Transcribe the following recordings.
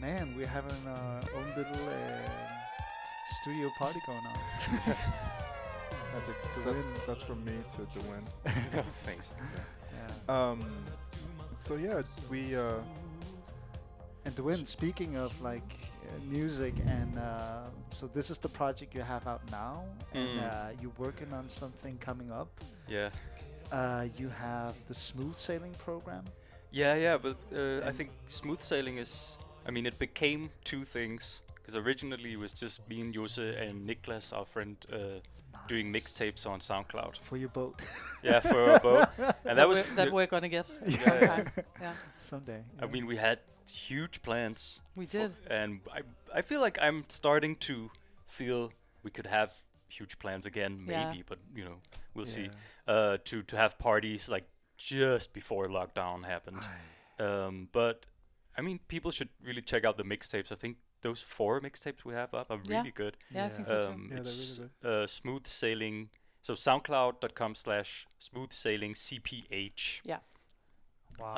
Man, we're having our own little uh, studio party going on. I think The that- win. that's from me to the win. Thanks. Yeah. Um, so yeah, we uh, And Dwayne, speaking of like uh, music, and uh, so this is the project you have out now, and Mm. uh, you're working on something coming up. Yeah. Uh, you have the smooth sailing program. Yeah, yeah, but uh, I And- think smooth sailing is. I mean, it became two things because originally it was just me and Jose and Niklas, our friend, uh, doing Nice. mixtapes on SoundCloud. for your boat Yeah, for our boat, and that we're- was. that the- we're gonna get Yeah, sometime. Yeah, someday. I yeah. mean, Uh, we had huge plans. we for- did. and I, I feel like I'm starting to feel we could have huge plans again, Yeah. maybe. But you know, we'll see. Yeah. Uh, to to have parties like just before lockdown happened. Um, but I mean, people should really check out the mixtapes. I think those four mixtapes we have up are Yeah. really good. Yeah, I think Uh, so too. Um, Yeah, they're it's really uh, smooth sailing. So soundcloud.com slash smooth sailing CPH. wow.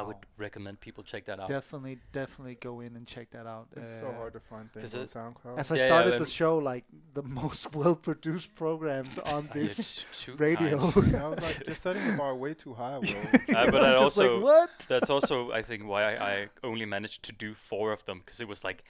I would recommend people check that out. definitely, definitely go in and check that out. it's so Uh, hard to find things on does SoundCloud. As I Yeah, yeah, started then- the show, like the most well-produced programs on You're this t- too radio. kind. And I was like, you're setting the bar way too high, Will. Uh, but I Just also like, what? that's also I think why I, I only managed to do four of them because it was like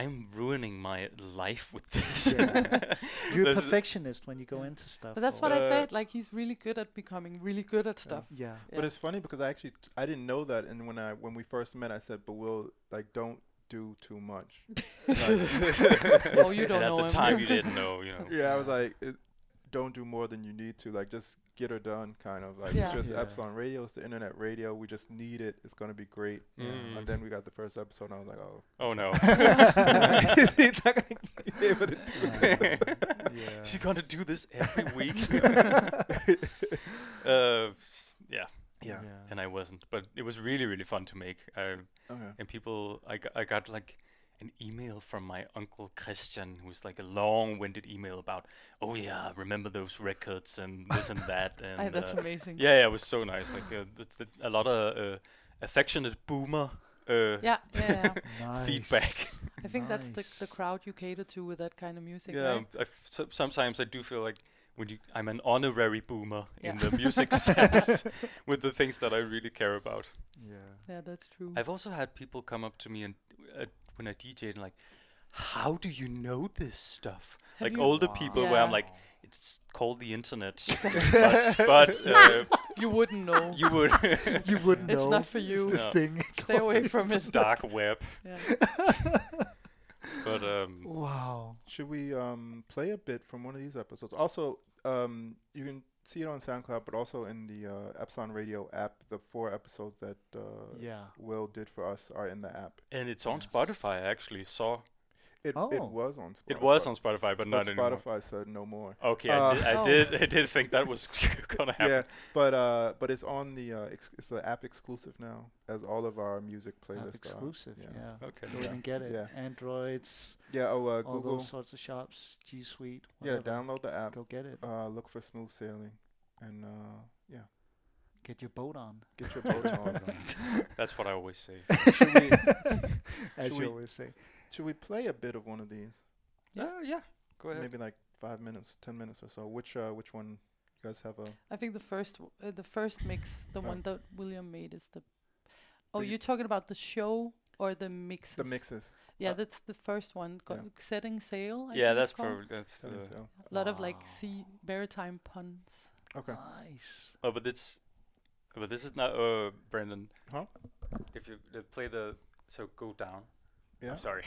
I'm ruining my life with this. You're a This is- perfectionist when you go into stuff. But that's or- what I Uh, said. Like he's really good at becoming really good at stuff. Yeah. But it's funny because I actually t- I didn't know that, and when I when we first met, I said, "But Will, like, don't do too much." Oh, you don't and know at the him. time you didn't know, you know. yeah, I was like, it, "Don't do more than you need to." Like, just get her done, kind of like. Yeah. It's just Yeah. Epsilon Radio. It's the internet radio. We just need it. It's gonna be great. Mm. And then we got the first episode, and I was like, "Oh." Oh no. He's not gonna be able to do Yeah. Yeah. She's gonna do this every week. uh, yeah, Yeah. and I wasn't, but it was really really fun to make. I, Okay. and people, I got, I got like an email from my uncle Christian, who was like a long-winded email about, oh yeah, remember those records and this and that, and Ah, that's uh, amazing. yeah, yeah, it was so nice. Like uh, that's the, a lot of uh, affectionate boomer. Uh, Yeah, yeah, yeah. Nice. Feedback. I think that's Nice. the, the crowd you cater to with that kind of music. Yeah, right? I f- so- sometimes I do feel like when you, I'm an honorary boomer in Yeah. the music sense with the things that I really care about. Yeah. yeah, that's true. I've also had people come up to me and uh, when I DJ and like, how do you know this stuff? Have like you- older people where I'm Yeah. like, it's called the internet, but, but uh, you wouldn't know. you would you wouldn't know. It's not for It's you. this No. thing. Stay away from it's a it. dark web. Yeah. But um, Wow. Should we um, play a bit from one of these episodes? Also, um, you can see it on SoundCloud, but also in the uh, Epsilon Radio app. The four episodes that uh, Yeah. Will did for us are in the app. and it's on Yes. Spotify. I actually saw It, it Oh. was on Spotify. it was on Spotify, but not but anymore. Spotify said no more. Okay, Uh, I, did, I Oh. did. I did think that was gonna happen. Yeah, but uh, but it's on the uh, ex- it's the app exclusive now, as all of our music App playlists are. Uh, exclusive. yeah. Yeah. Okay. Go Yeah. in and get it. Yeah. Androids, Yeah. Oh, uh, all Google. those sorts of shops, G Suite. Yeah, Whatever. download the app. Go get it. Uh, look for Smooth Sailing, and uh, yeah, Get your boat on. get your boat on. That's what I always say. Should we, As Should you we- always say. should we play a bit of one of these? Yeah, Uh, yeah. Go ahead. maybe like five minutes, ten minutes or so. Which uh, which one you guys have uh, a? I think the first w- uh, the first mix, the Oh. one that William made is the. Oh, The- you're talking about the show or the mixes? The mixes. Yeah, uh, that's the first one. Got yeah. Setting sail. I yeah, think it's that's called. probably that's. uh, I The, think so. A lot of like Wow. sea maritime puns. oh, Okay. Nice. oh, but it's, but this is not. Uh, Brandon. Huh? If you uh, play the, so go down. Yeah. I'm sorry.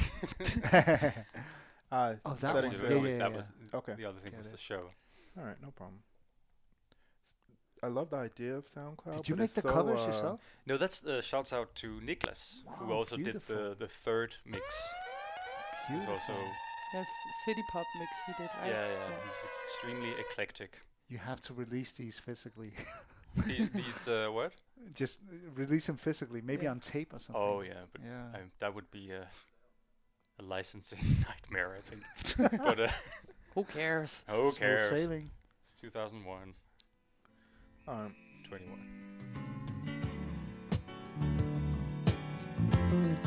Uh, Oh, that setting one. So sail. it was- yeah, that yeah. was- Okay. The other thing Get was it. the show. All right. No problem. S- I love the idea of SoundCloud. Did you Oh, but make it's the so, covers uh, yourself? No, that's uh, shouts out to Niklas, who Wow, also beautiful. did the the third mix. He's also Beautiful. Yes, city pop mix he did. Right? yeah, yeah, Ah, yeah. He's extremely eclectic. You have to release these physically. The- These uh, what? Just uh, release them physically, maybe Yeah. on tape or something. Oh yeah, but Yeah. I, that would be a, a licensing nightmare, I think. but uh, Who cares? who Smooth cares? Sailing. It's 2001, Um, 21. Thank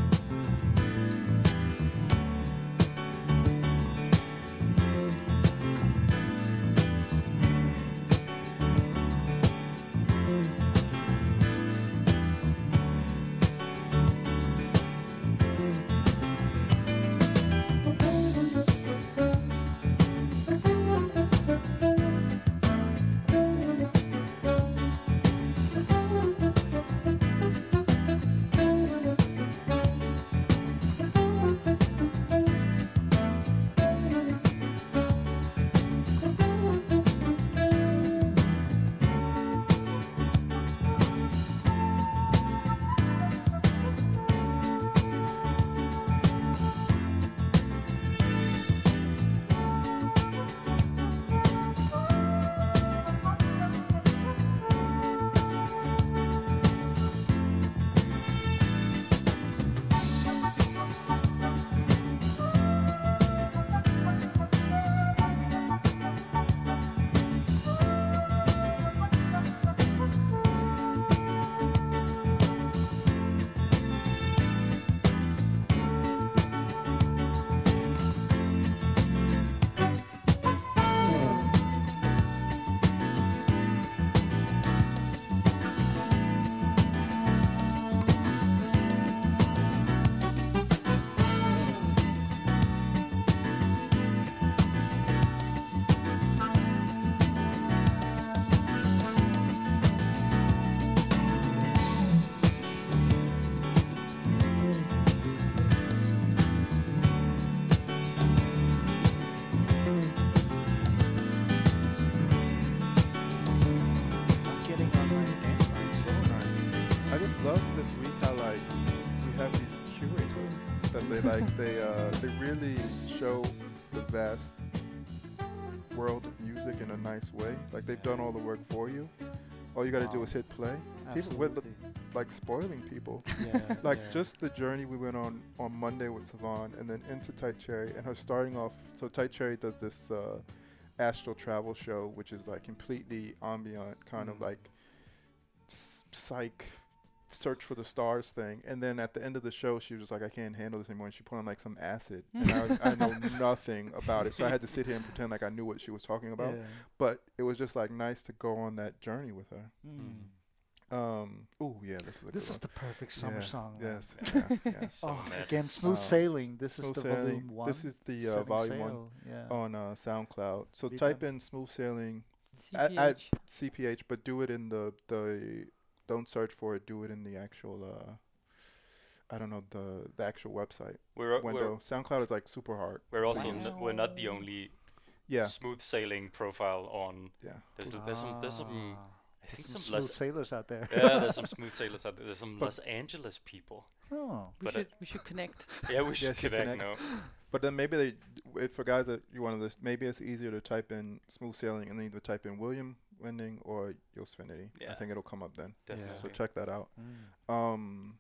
they like they uh, they really show the vast world of music in a nice way. Like they've done all the work for you. All you got to do Wow. is hit play. Even with the- Absolutely. Like spoiling people. Yeah, Like yeah. just the journey we went on on Monday with Savon, and then into Tight Cherry, and her starting off. So Tight Cherry does this uh, astral travel show, which is like completely ambient, kind of Mhm. like s- psych search for the stars thing. And then at the end of the show, she was just like, I can't handle this anymore, and she put on like some acid, and I, was, I know nothing about it, so I had to sit here and pretend like I knew what she was talking about. Yeah. But it was just like nice to go on that journey with her. Hmm. Mm. Um, oh yeah, this is a This good is the perfect summer Yeah, song. man. one. yes, yeah, yes. So Oh, mad. again, smooth Wow. sailing. This is Smooth the Sailing. volume one. This is the uh, Setting volume one sail, Yeah. on uh, SoundCloud. So Be type done. in smooth sailing CPH. I- CPH, but do it in the the don't search for it. Do it in the actual. Uh, I don't know the the actual website We're, we're, window. SoundCloud is like super hard. we're also n- we're not the Wow. only Yeah, smooth sailing profile on. yeah. There's, there's some there's some Ah, I there's think some some, smooth Los sailors out there. yeah there's some smooth sailors out there. There's some But- Los Angeles people. Oh, we but, uh, should we should connect. Yeah, we should Yes, you connect, connect. But then maybe they, if for guys that you want to list, maybe it's easier to type in smooth sailing and then either type in William Wending or Yosfinity. I Yeah. think it'll come up then. no. Yeah. Definitely. So check that out. Mm. Um,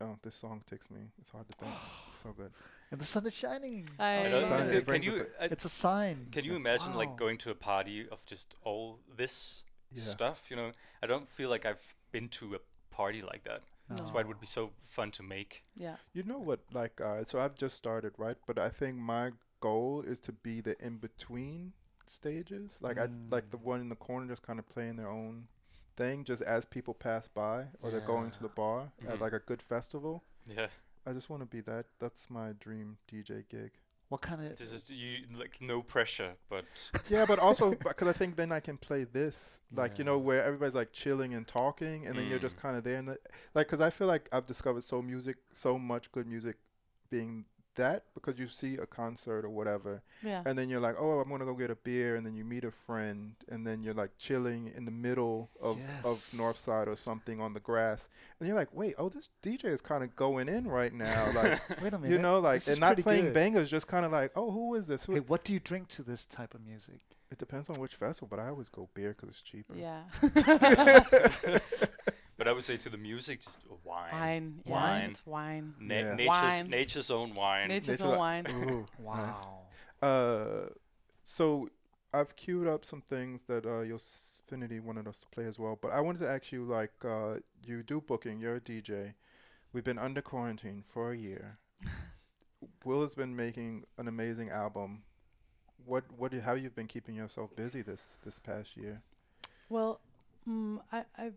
oh, this song takes me. It's hard to think. It's so good. and the sun is shining. I- I Outside, don't- outside. it can brings you us I- It's a sign. Can you imagine Wow. like going to a party of just all this Yeah. stuff? You know, I don't feel like I've been to a party like that. That's why it would be so fun to make. Yeah. You know what? Like, uh, so I've just started, right? But I think my goal is to be the in between stages. Like, I like the one in the corner, just kind of playing their own thing, just as people pass by or they're going to the bar Mhm. at like a good festival. Yeah, I just want to be that. That's my dream DJ gig. What kind of? this is you like no pressure, but Yeah, but also because I think then I can play this, like you know, where everybody's like chilling and talking, and then you're just Mm. kind of there, and the, like because I feel like I've discovered so music, so much good music, being that because you see a concert or whatever, Yeah. and then you're like, oh, I'm gonna go get a beer, and then you meet a friend, and then you're like chilling in the middle of of Yes. Northside or something on the grass, and you're like, wait, oh, this DJ is kind of going in right now, like Wait a minute. you know, like this is and not pretty playing good. bangers, just kind of like, oh, who is this? Who Hey, what do you drink to this type of music? it depends on which festival, but I always go beer because it's cheaper. Yeah. but I would say to the music, just oh, wine, wine. Yeah. Wine. It's wine. Na- Yeah. nature's Wine. nature's own wine. Nature's Nature- own wine. Ooh, Wow. nice. Uh, so I've queued up some things that uh, Yosinity wanted us to play as well, but I wanted to ask you, like, uh, you do booking, you're a DJ. We've been under quarantine for a year. Will has been making an amazing album. What, what, do- how you've been keeping yourself busy this this past year? Well, mm, I, I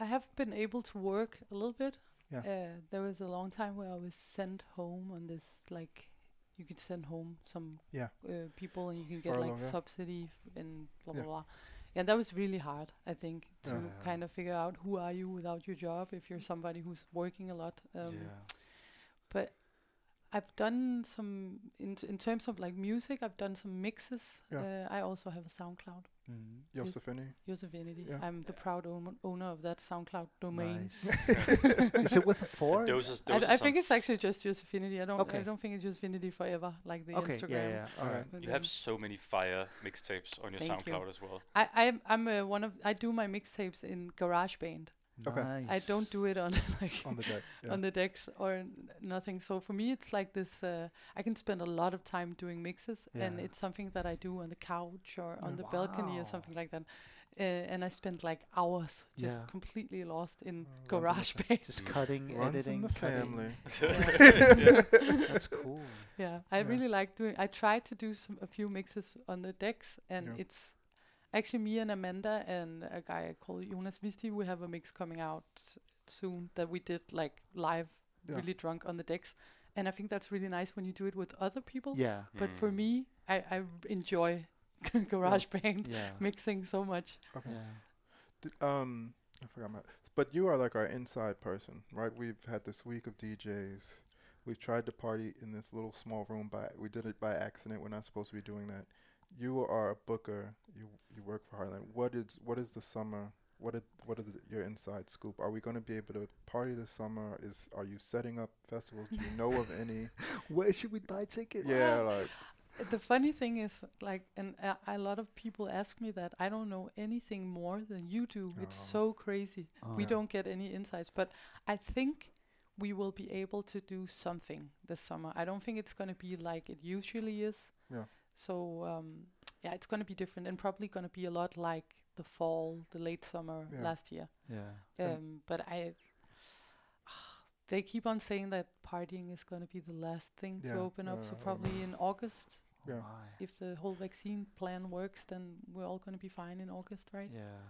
I have been able to work a little bit. Yeah. Uh, there was a long time where I was sent home on this like you could send home some Yeah. uh, people and you can get Furlough, like yeah. subsidy f- and blah Yeah. blah blah. And that was really hard, I think, to Yeah. Yeah. kind of figure out who are you without your job if you're somebody who's working a lot. Um, But I've done some in in terms of like music, I've done some mixes. Yeah. Uh, I also have a SoundCloud. Mm. Yosinity? Yosefinity. Yeah. I'm the proud own- owner of that SoundCloud domain. Nice. is it with a four? Doses, I, doses I think on it's actually just Yosefinity. I don't. Okay. I don't think it's Yosefinity forever, like the okay. Instagram. Yeah. Yeah. All right. but You have then- so many fire mixtapes on your Thank you. SoundCloud as well. I, I'm, I'm uh, one of. I do my mixtapes in GarageBand. Okay. Nice. I don't do it on like On the deck. Yeah. on the decks or n- nothing. So for me, it's like this. Uh, I can spend a lot of time doing mixes, and Yeah. it's something that I do on the couch or on Yeah. the balcony Wow. or something like that. Uh, and I spend like hours just Yeah. Oh, completely lost Uh, in runs in GarageBand. Just Mm. cutting, Runs editing. in the cutting. family. Yeah. That's cool. Yeah, I Yeah. really like doing. I tried to do some a few mixes on the decks, and Yeah. it's actually me and Amanda and a guy called Jonas Visti. We have a mix coming out s- soon that we did like live, Yeah. really drunk on the decks, and I think that's really nice when you do it with other people. Yeah. Hmm. But for Mm. me, I I r- enjoy GarageBand Yeah. mixing so much. Okay. Yeah. Th- um, I forgot my. But you are like our inside person, right? We've had this week of DJs. We've tried to party in this little small room. By we did it by accident. We're not supposed to be doing that. You are a booker. You you work for Heartland. What is what is the summer What are what are the, your inside scoop? Are we going to be able to party this summer? Is are you setting up festivals? Do you know of any? Where should we buy tickets? Yeah, like The funny thing is, like, and a, a lot of people ask me that I don't know anything more than you do. It's Oh. so crazy. Oh. we Yeah. don't get any insights, but I think we will be able to do something this summer. I don't think it's going to be like it usually is. Yeah. So um, yeah, it's going to be different and probably going to be a lot like the fall, the late summer Yeah. last year. Yeah. And- Um, but I, they keep on saying that partying is going to be the last thing Yeah, to open up. yeah, I So remember. probably in August, Oh Yeah. my. if the whole vaccine plan works, then we're all going to be fine in August, right? Yeah.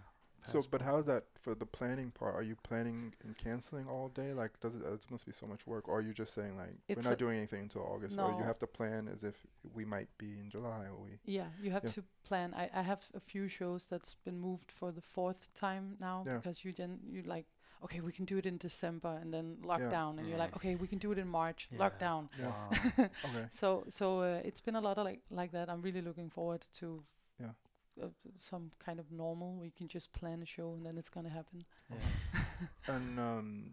so. But how's that for the planning part? Are you planning and canceling all day? Like, does it? It must be so much work. Or are you just saying like It's we're not a- doing anything until August? Or you No. have to plan as if we might be in July or we. Yeah, you have Yeah. to plan. I, I have a few shows that's been moved for the fourth time now Yeah. because you then you like okay we can do it in December and then lockdown and you're Mm. like okay we can do it in March Yeah. lockdown. Yeah. Wow. Okay. So so uh, it's been a lot of like like that. I'm really looking forward to Yeah. uh, some kind of normal where you can just plan a show and then it's gonna happen. yeah. And um,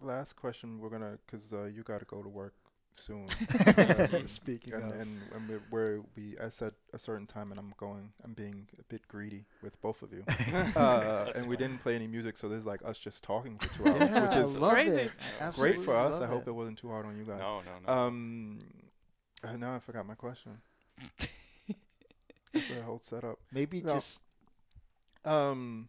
last question, we're gonna, cause uh, you gotta go to work soon. Um, Yeah. Speaking and of, and, and we're, where we, I said a certain time, and I'm going, I'm being a bit greedy with both of you. Uh, That's and we fine. didn't play any music, so there's like us just talking for two hours, Yeah, which I is love Crazy. it. great Absolutely for us. love I hope it wasn't too hard on you guys. No, no, no. Um, uh, now I forgot my question. After that whole setup. Maybe No. just Um,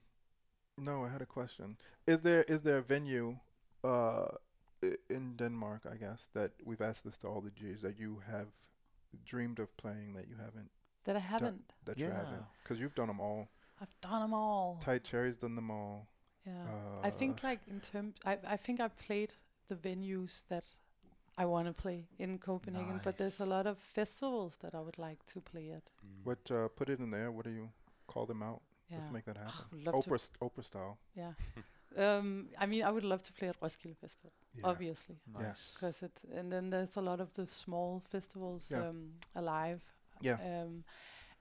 no, I had a question. Is there is there a venue, uh, i- in Denmark? I guess that we've asked this to all the DJs that you have dreamed of playing that you haven't That I haven't. that you haven't Yeah. because you've done them all. I've done them all. Tight Cherry's done them all. yeah. Uh, I think like in terms, I I think I played the venues that I want to play in Copenhagen, but there's a Nice. lot of festivals that I would like to play at. Mm. What uh, put it in there? What do you call them out? Yeah, Let's make that happen. would love Oprah st- Oprah style. to. Yeah, um, I mean, I would love to play at Roskilde Festival, Yeah. obviously. 'Cause obviously, nice. because it. And then there's a lot of the small festivals, Yeah. um, alive. Yeah. Um,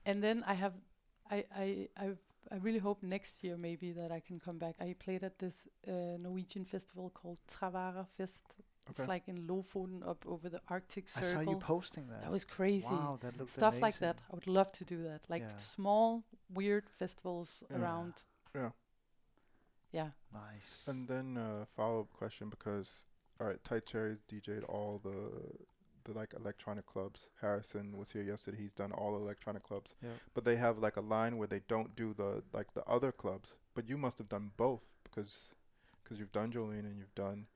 and then I have, I I I. I really hope next year maybe that I can come back. I played at this uh, Norwegian festival called Travara Fest It's Okay. like in Lofoten up over the Arctic I Circle. saw you posting that. that was crazy. Wow, that looks Stuff amazing. like that. I would love to do that. Like Yeah. small, weird festivals Yeah. around. Yeah. Yeah. Nice. And then uh, follow up question because all right, Tight Cherry's DJ'd all the the like electronic clubs. Harrison was here yesterday. He's done all the electronic clubs, Yeah. but they have like a line where they don't do the like the other clubs. But you must have done both because because you've done Jolene and you've done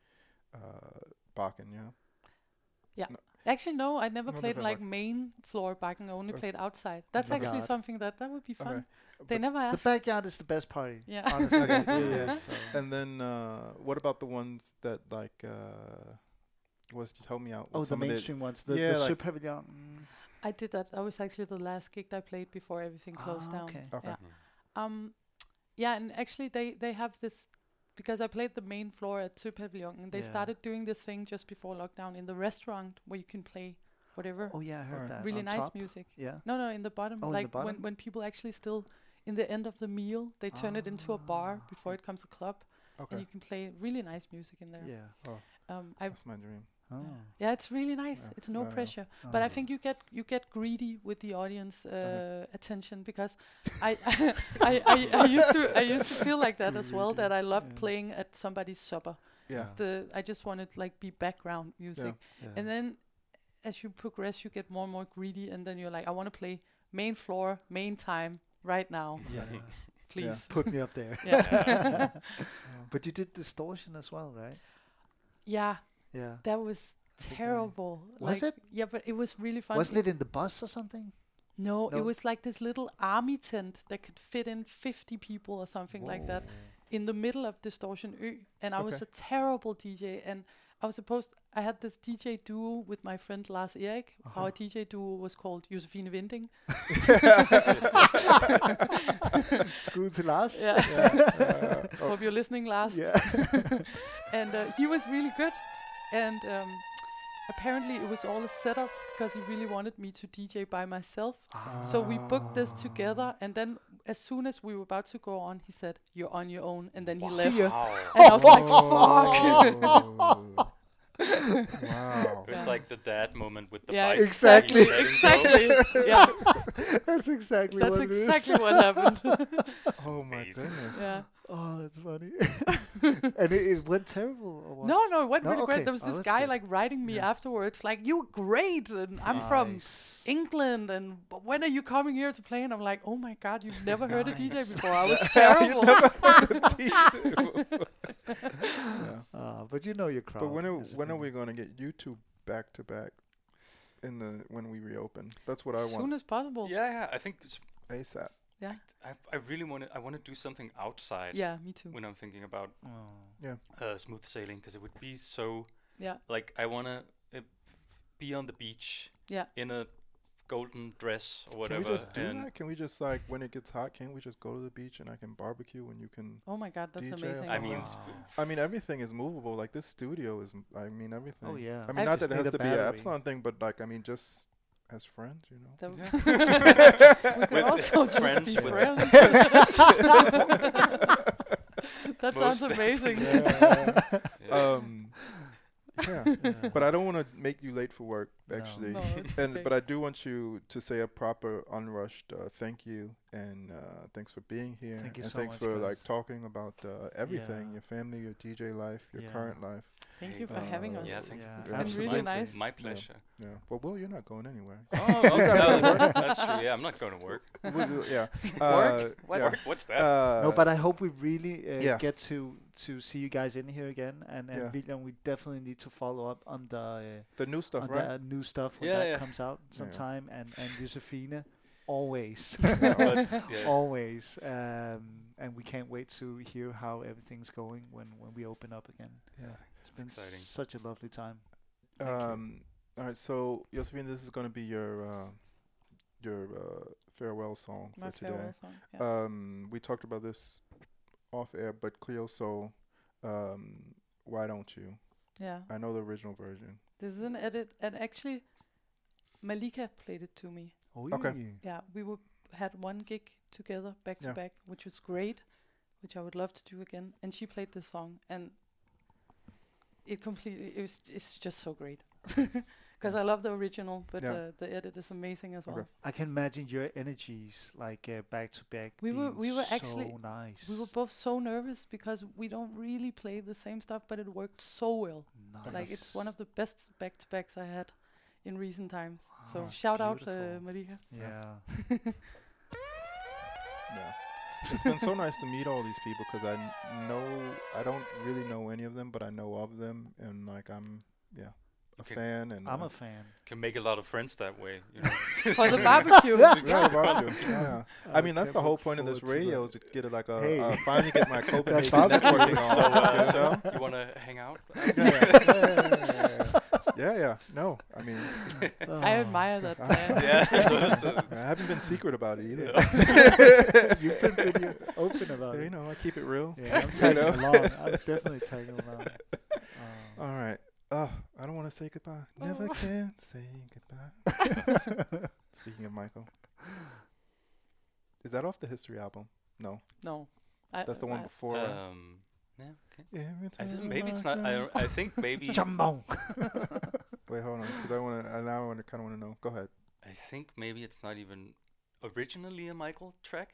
uh, Bakken, yeah. Actually, no, I never No, played never like mind. main floor backing. I only Uh, Oh. played outside. That's my actually God. something that that would be fun. Okay. They But- never the asked. backyard is the best party. Yeah. Honestly, Okay, it really yeah. is. So. And then uh, what about the ones that like uh, was help me out? with oh, the some of mainstream ones. The, Yeah, the like- Sue Pavilion. Mm. I did that. That was actually the last gig I played before everything closed Ah, down. okay. Okay. Yeah. Um, yeah, and actually they they have this because I played the main floor at Two Pavilion, and they Yeah. started doing this thing just before lockdown in the restaurant where you can play whatever Oh yeah, I heard Alright. that. really on nice top. music. Yeah. No, no, in the bottom, Oh, in the like bottom? when when people actually still in the end of the meal, they turn it into a bar Ah. before it comes a club, and Okay, you can play really nice music in there. Yeah. Oh. Um, I that's my dream. Oh. yeah, it's really nice. Yeah, It's no yeah, yeah. pressure. But I Oh. think you get you get greedy with the audience uh, Okay. attention because I I, I, I used to I used to feel like that as well Greedy, that I loved yeah. playing at somebody's supper. Yeah. The I just wanted like be background music, Oh, yeah. and then as you progress, you get more and more greedy, and then you're like, I want to play main floor, main time, right now, yeah. please. Put me up there. Yeah. but you did distortion as well, right? yeah, Yeah. that was think I- terrible. Was Like, Yeah, but it was really fun. Wasn't it in the bus or something? No? No, it was like this little army tent that could fit in 50 people or something like that in the middle of Distortion Ö. And I was Okay. a terrible DJ. And I was supposed, I had this DJ duo with my friend Lars Erik. Our DJ duo was called Josefine Winding. Screw to last. Yeah. Uh, oh, Hope you're listening, Lars. Yeah. And uh, he was really good. And um, apparently it was all a setup Ah. because he really wanted me to DJ by myself. So we booked this together, and then as soon as we were about to go on, he said, "You're on your own," and then he See left. ya. Wow. And I was like, "Fuck!" Oh. wow. It was Yeah. like the dad moment with the Yeah, bike. that he exactly. let him go. exactly. yeah, that's exactly that's what it is. exactly what happened. Oh my amazing. goodness. yeah. Oh, that's funny. and it, it went terrible. Or what? No, no, it went No? really Okay. great. There was Oh, this that's guy good. like writing me Yeah. afterwards, like, "You were great," and I'm from Nice. England, and "But when are you coming here to play? And I'm like, "Oh my God, you've never heard a DJ Nice. before. I was You terrible." never heard of D2. Yeah. Ah, but you know your crowd. But when are is the when are thing. we gonna get YouTube back to back in the when we reopen? That's what I as soon want as possible. Yeah, yeah. I think it's, ASAP. I, I really want to. I want to do something outside Yeah, me too. when I'm thinking about Oh. uh, smooth sailing because it would be so Yeah, like I want to uh, be on the beach. Yeah. In a golden dress or Can whatever. we just do and that? Can we just like when it gets hot? Can't we just go to the beach and I can barbecue and you can? Oh my god, that's DJ or amazing. I Ah. mean, I mean everything is movable. Like this studio is. m- I mean everything. Oh yeah. I mean not Just that it has need a to be an battery. Epsilon thing, but like I mean just as friends, you know. That Yeah. w- we could With also just friends be with- friends. that sounds Most amazing. Yeah. Yeah. um. Yeah. Yeah. But I don't want to make you late for work, No. actually. No, it's And okay. but I do want you to say a proper unrushed uh, thank you and uh, thanks for being here. Thank you and so thanks much, for like guys. talking about uh, everything, Yeah. your family, your DJ life, your Yeah. current life. Thank you for having Uh, us. yeah, thank Yeah, you. It's for been having really me. nice. My pleasure. Yeah. Well, Will, you're not going anywhere. Oh, okay. no, that's true. Yeah, I'm not going to work. Will, you- yeah. Uh, Work? What- yeah. Work? What's that? Uh, no, but I hope we really uh, yeah. get to to see you guys in here again, and and, Yeah. we, and we definitely need to follow up on the uh, the new stuff, on right? the uh, new stuff when Yeah, that yeah. comes out sometime, and and Josefina, always, But, yeah. Oh. always, um, and we can't wait to hear how everything's going when when we open up again. Yeah, it's been exciting. such a lovely time. Thank you. Um, all right, so Josephine, this is going to be your uh, your uh, farewell song My for today. farewell song. Yeah. Uh, Um, we talked about this off air, but Cleo Soul, um, why don't you? yeah. I know the original version. This is an edit, and actually, Malika played it to me. Oh, Okay. Yeah, we were had one gig together back Yeah. to back, which was great, which I would love to do again. And she played this song, and it completely it was it's just so great. Because I love the original, but Yeah. uh, the edit is amazing as well. Okay. I can imagine your energies like uh, back to back. We were- being we were so actually- nice. We were both so nervous because we don't really play the same stuff, but it worked so well. nice. Like it's one of the best back to backs I had in recent times. So Ah, shout out, uh, beautiful. Marika. yeah. Yeah. it's been so nice to meet all these people because I n- know I don't really know any of them, but I know of them, and like I'm yeah a Okay. fan and I'm uh, a fan. Can make a lot of friends that way. You know? For the barbecue. yeah, about you. Yeah. I would mean, that's can't the whole look point of this forward to radio that. is to get it like a, Hey. uh, finally get my Copenhagen probably networking true. on. so, uh, you know? you want to hang out? yeah, yeah, yeah, yeah, yeah, yeah, yeah. No, I mean, I Oh. admire that plan. Yeah. I haven't been secret about it either. You've been pretty open about you it. know, I keep it real. Yeah, I'm You tagging know? along. I'm definitely tagging along. Um, All right. Uh, I don't want to say goodbye. Never Oh. can say goodbye. Speaking of Michael, is that off the History album? No, No. I, that's the one I- before. right? um, yeah, okay. Every I thi- time maybe it's not. I, cry- don't- I think maybe. Jumbo. Wait, hold on, because I want to. Now I want to kind of want to know. Go ahead. I think maybe it's not even originally a Michael track.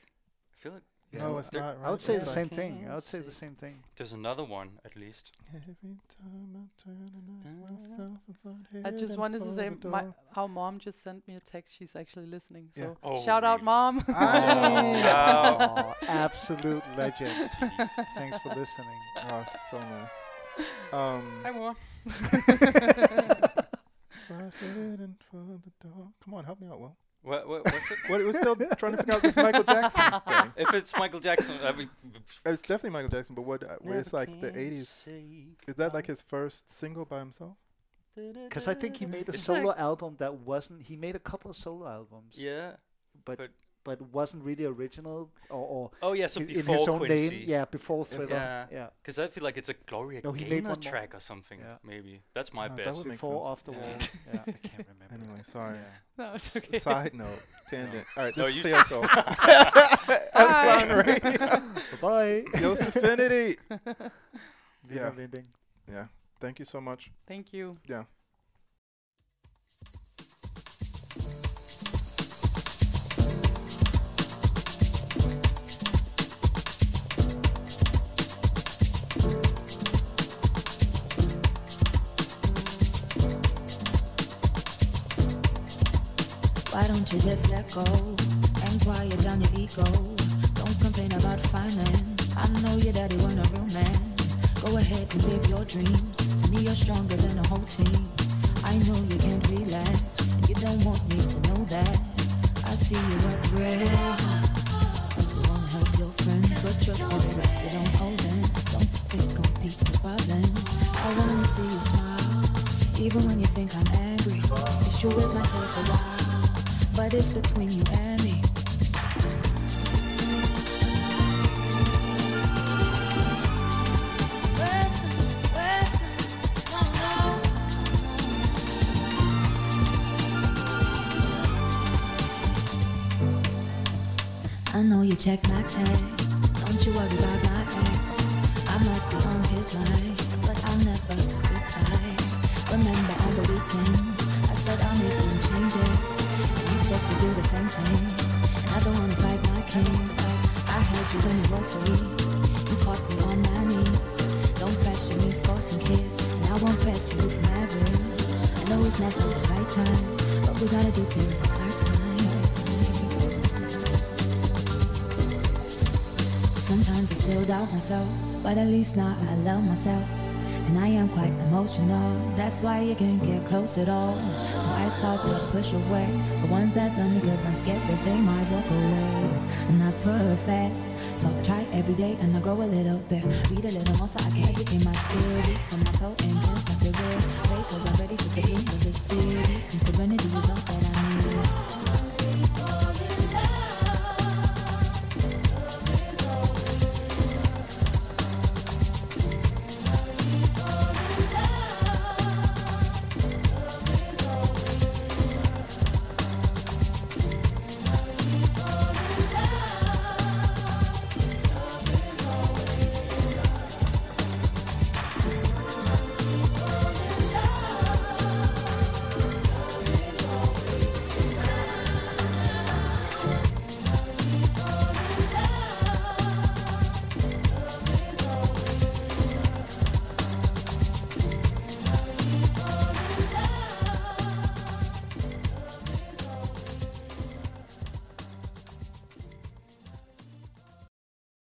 I feel like Yeah. No, it's There- not. Right? I would say It's the same like, thing. I can't would say the see. same thing. there's another one at least. Every time I turn and ask Uh, myself, what's on I here just and wanted to for say the my, door. how mom just sent me a text. She's actually listening. So Yeah. Oh, shout out, really? mom. Oh, Wow. absolute legend. Jeez. Thanks for listening. Oh, so nice. Um, Hi, Mom. it's a hidden for the door. Come on, help me out, Will. What, what, what's it? What, we're still trying to figure out this Michael Jackson thing. if it's Michael Jackson, I mean, It's definitely Michael Jackson, but what? Uh, where it's like the '80s. Is that like his first single by himself? Because I think he made a It's solo like- album that wasn't. He made a couple of solo albums. Yeah. But, but- but wasn't really original or, or Oh yeah, so in, in before his own Quincy. name. Yeah, before Yeah. Thriller. Yeah. yeah. Because I feel like it's a Gloria No, he made Gaynor one more. track or something. Yeah. Maybe that's my Ah, that best. would Makes Before sense. Off the Yeah. Wall. yeah, I can't remember. Anyway, sorry. Yeah. No, it's okay. Side note, tangent. All right, No, this Oh, you- is clear. So, Bye. Bye. Yosefinity. Yeah. Yeah. Yeah. Thank you so much. Thank you. Yeah. Why don't you just let go and quiet down your ego? Don't complain about finance. I know your daddy wasn't a real man. Go ahead and live your dreams. To me, you're stronger than a whole team. I know you can't relax, and you don't want me to know that. I see you at red. You won't help your friends, but trust me, baby, you don't hold them. Don't take on people's problems. I wanna see you smile, even when you think I'm angry. It's true, it might take a while, but it's between you and me. Listen, listen, oh no. I know you check my texts. Don't you worry about my ex. I might be on his mind, but I'll never reply. Remember on the weekend, I said I'll make some changes. And you said to do the same thing. And I don't wanna fight my king, but I had you when it was free. You caught me on my knees. Don't pressure me for some kids, and I won't pressure you for marriage. I know it's never the right time, but we gotta do things at our time. Sometimes I still doubt myself, but at least now I love myself. And I am quite emotional, that's why you can't get close at all. So I start to push away the ones that love me, cause I'm scared that they might walk away. I'm not perfect, so I try every day and I grow a little bit. Read a little more so I can educate my theory. From my toe and cleanse my spirit. Wait, cause I'm ready for the end of the series. And serenity is all that I need.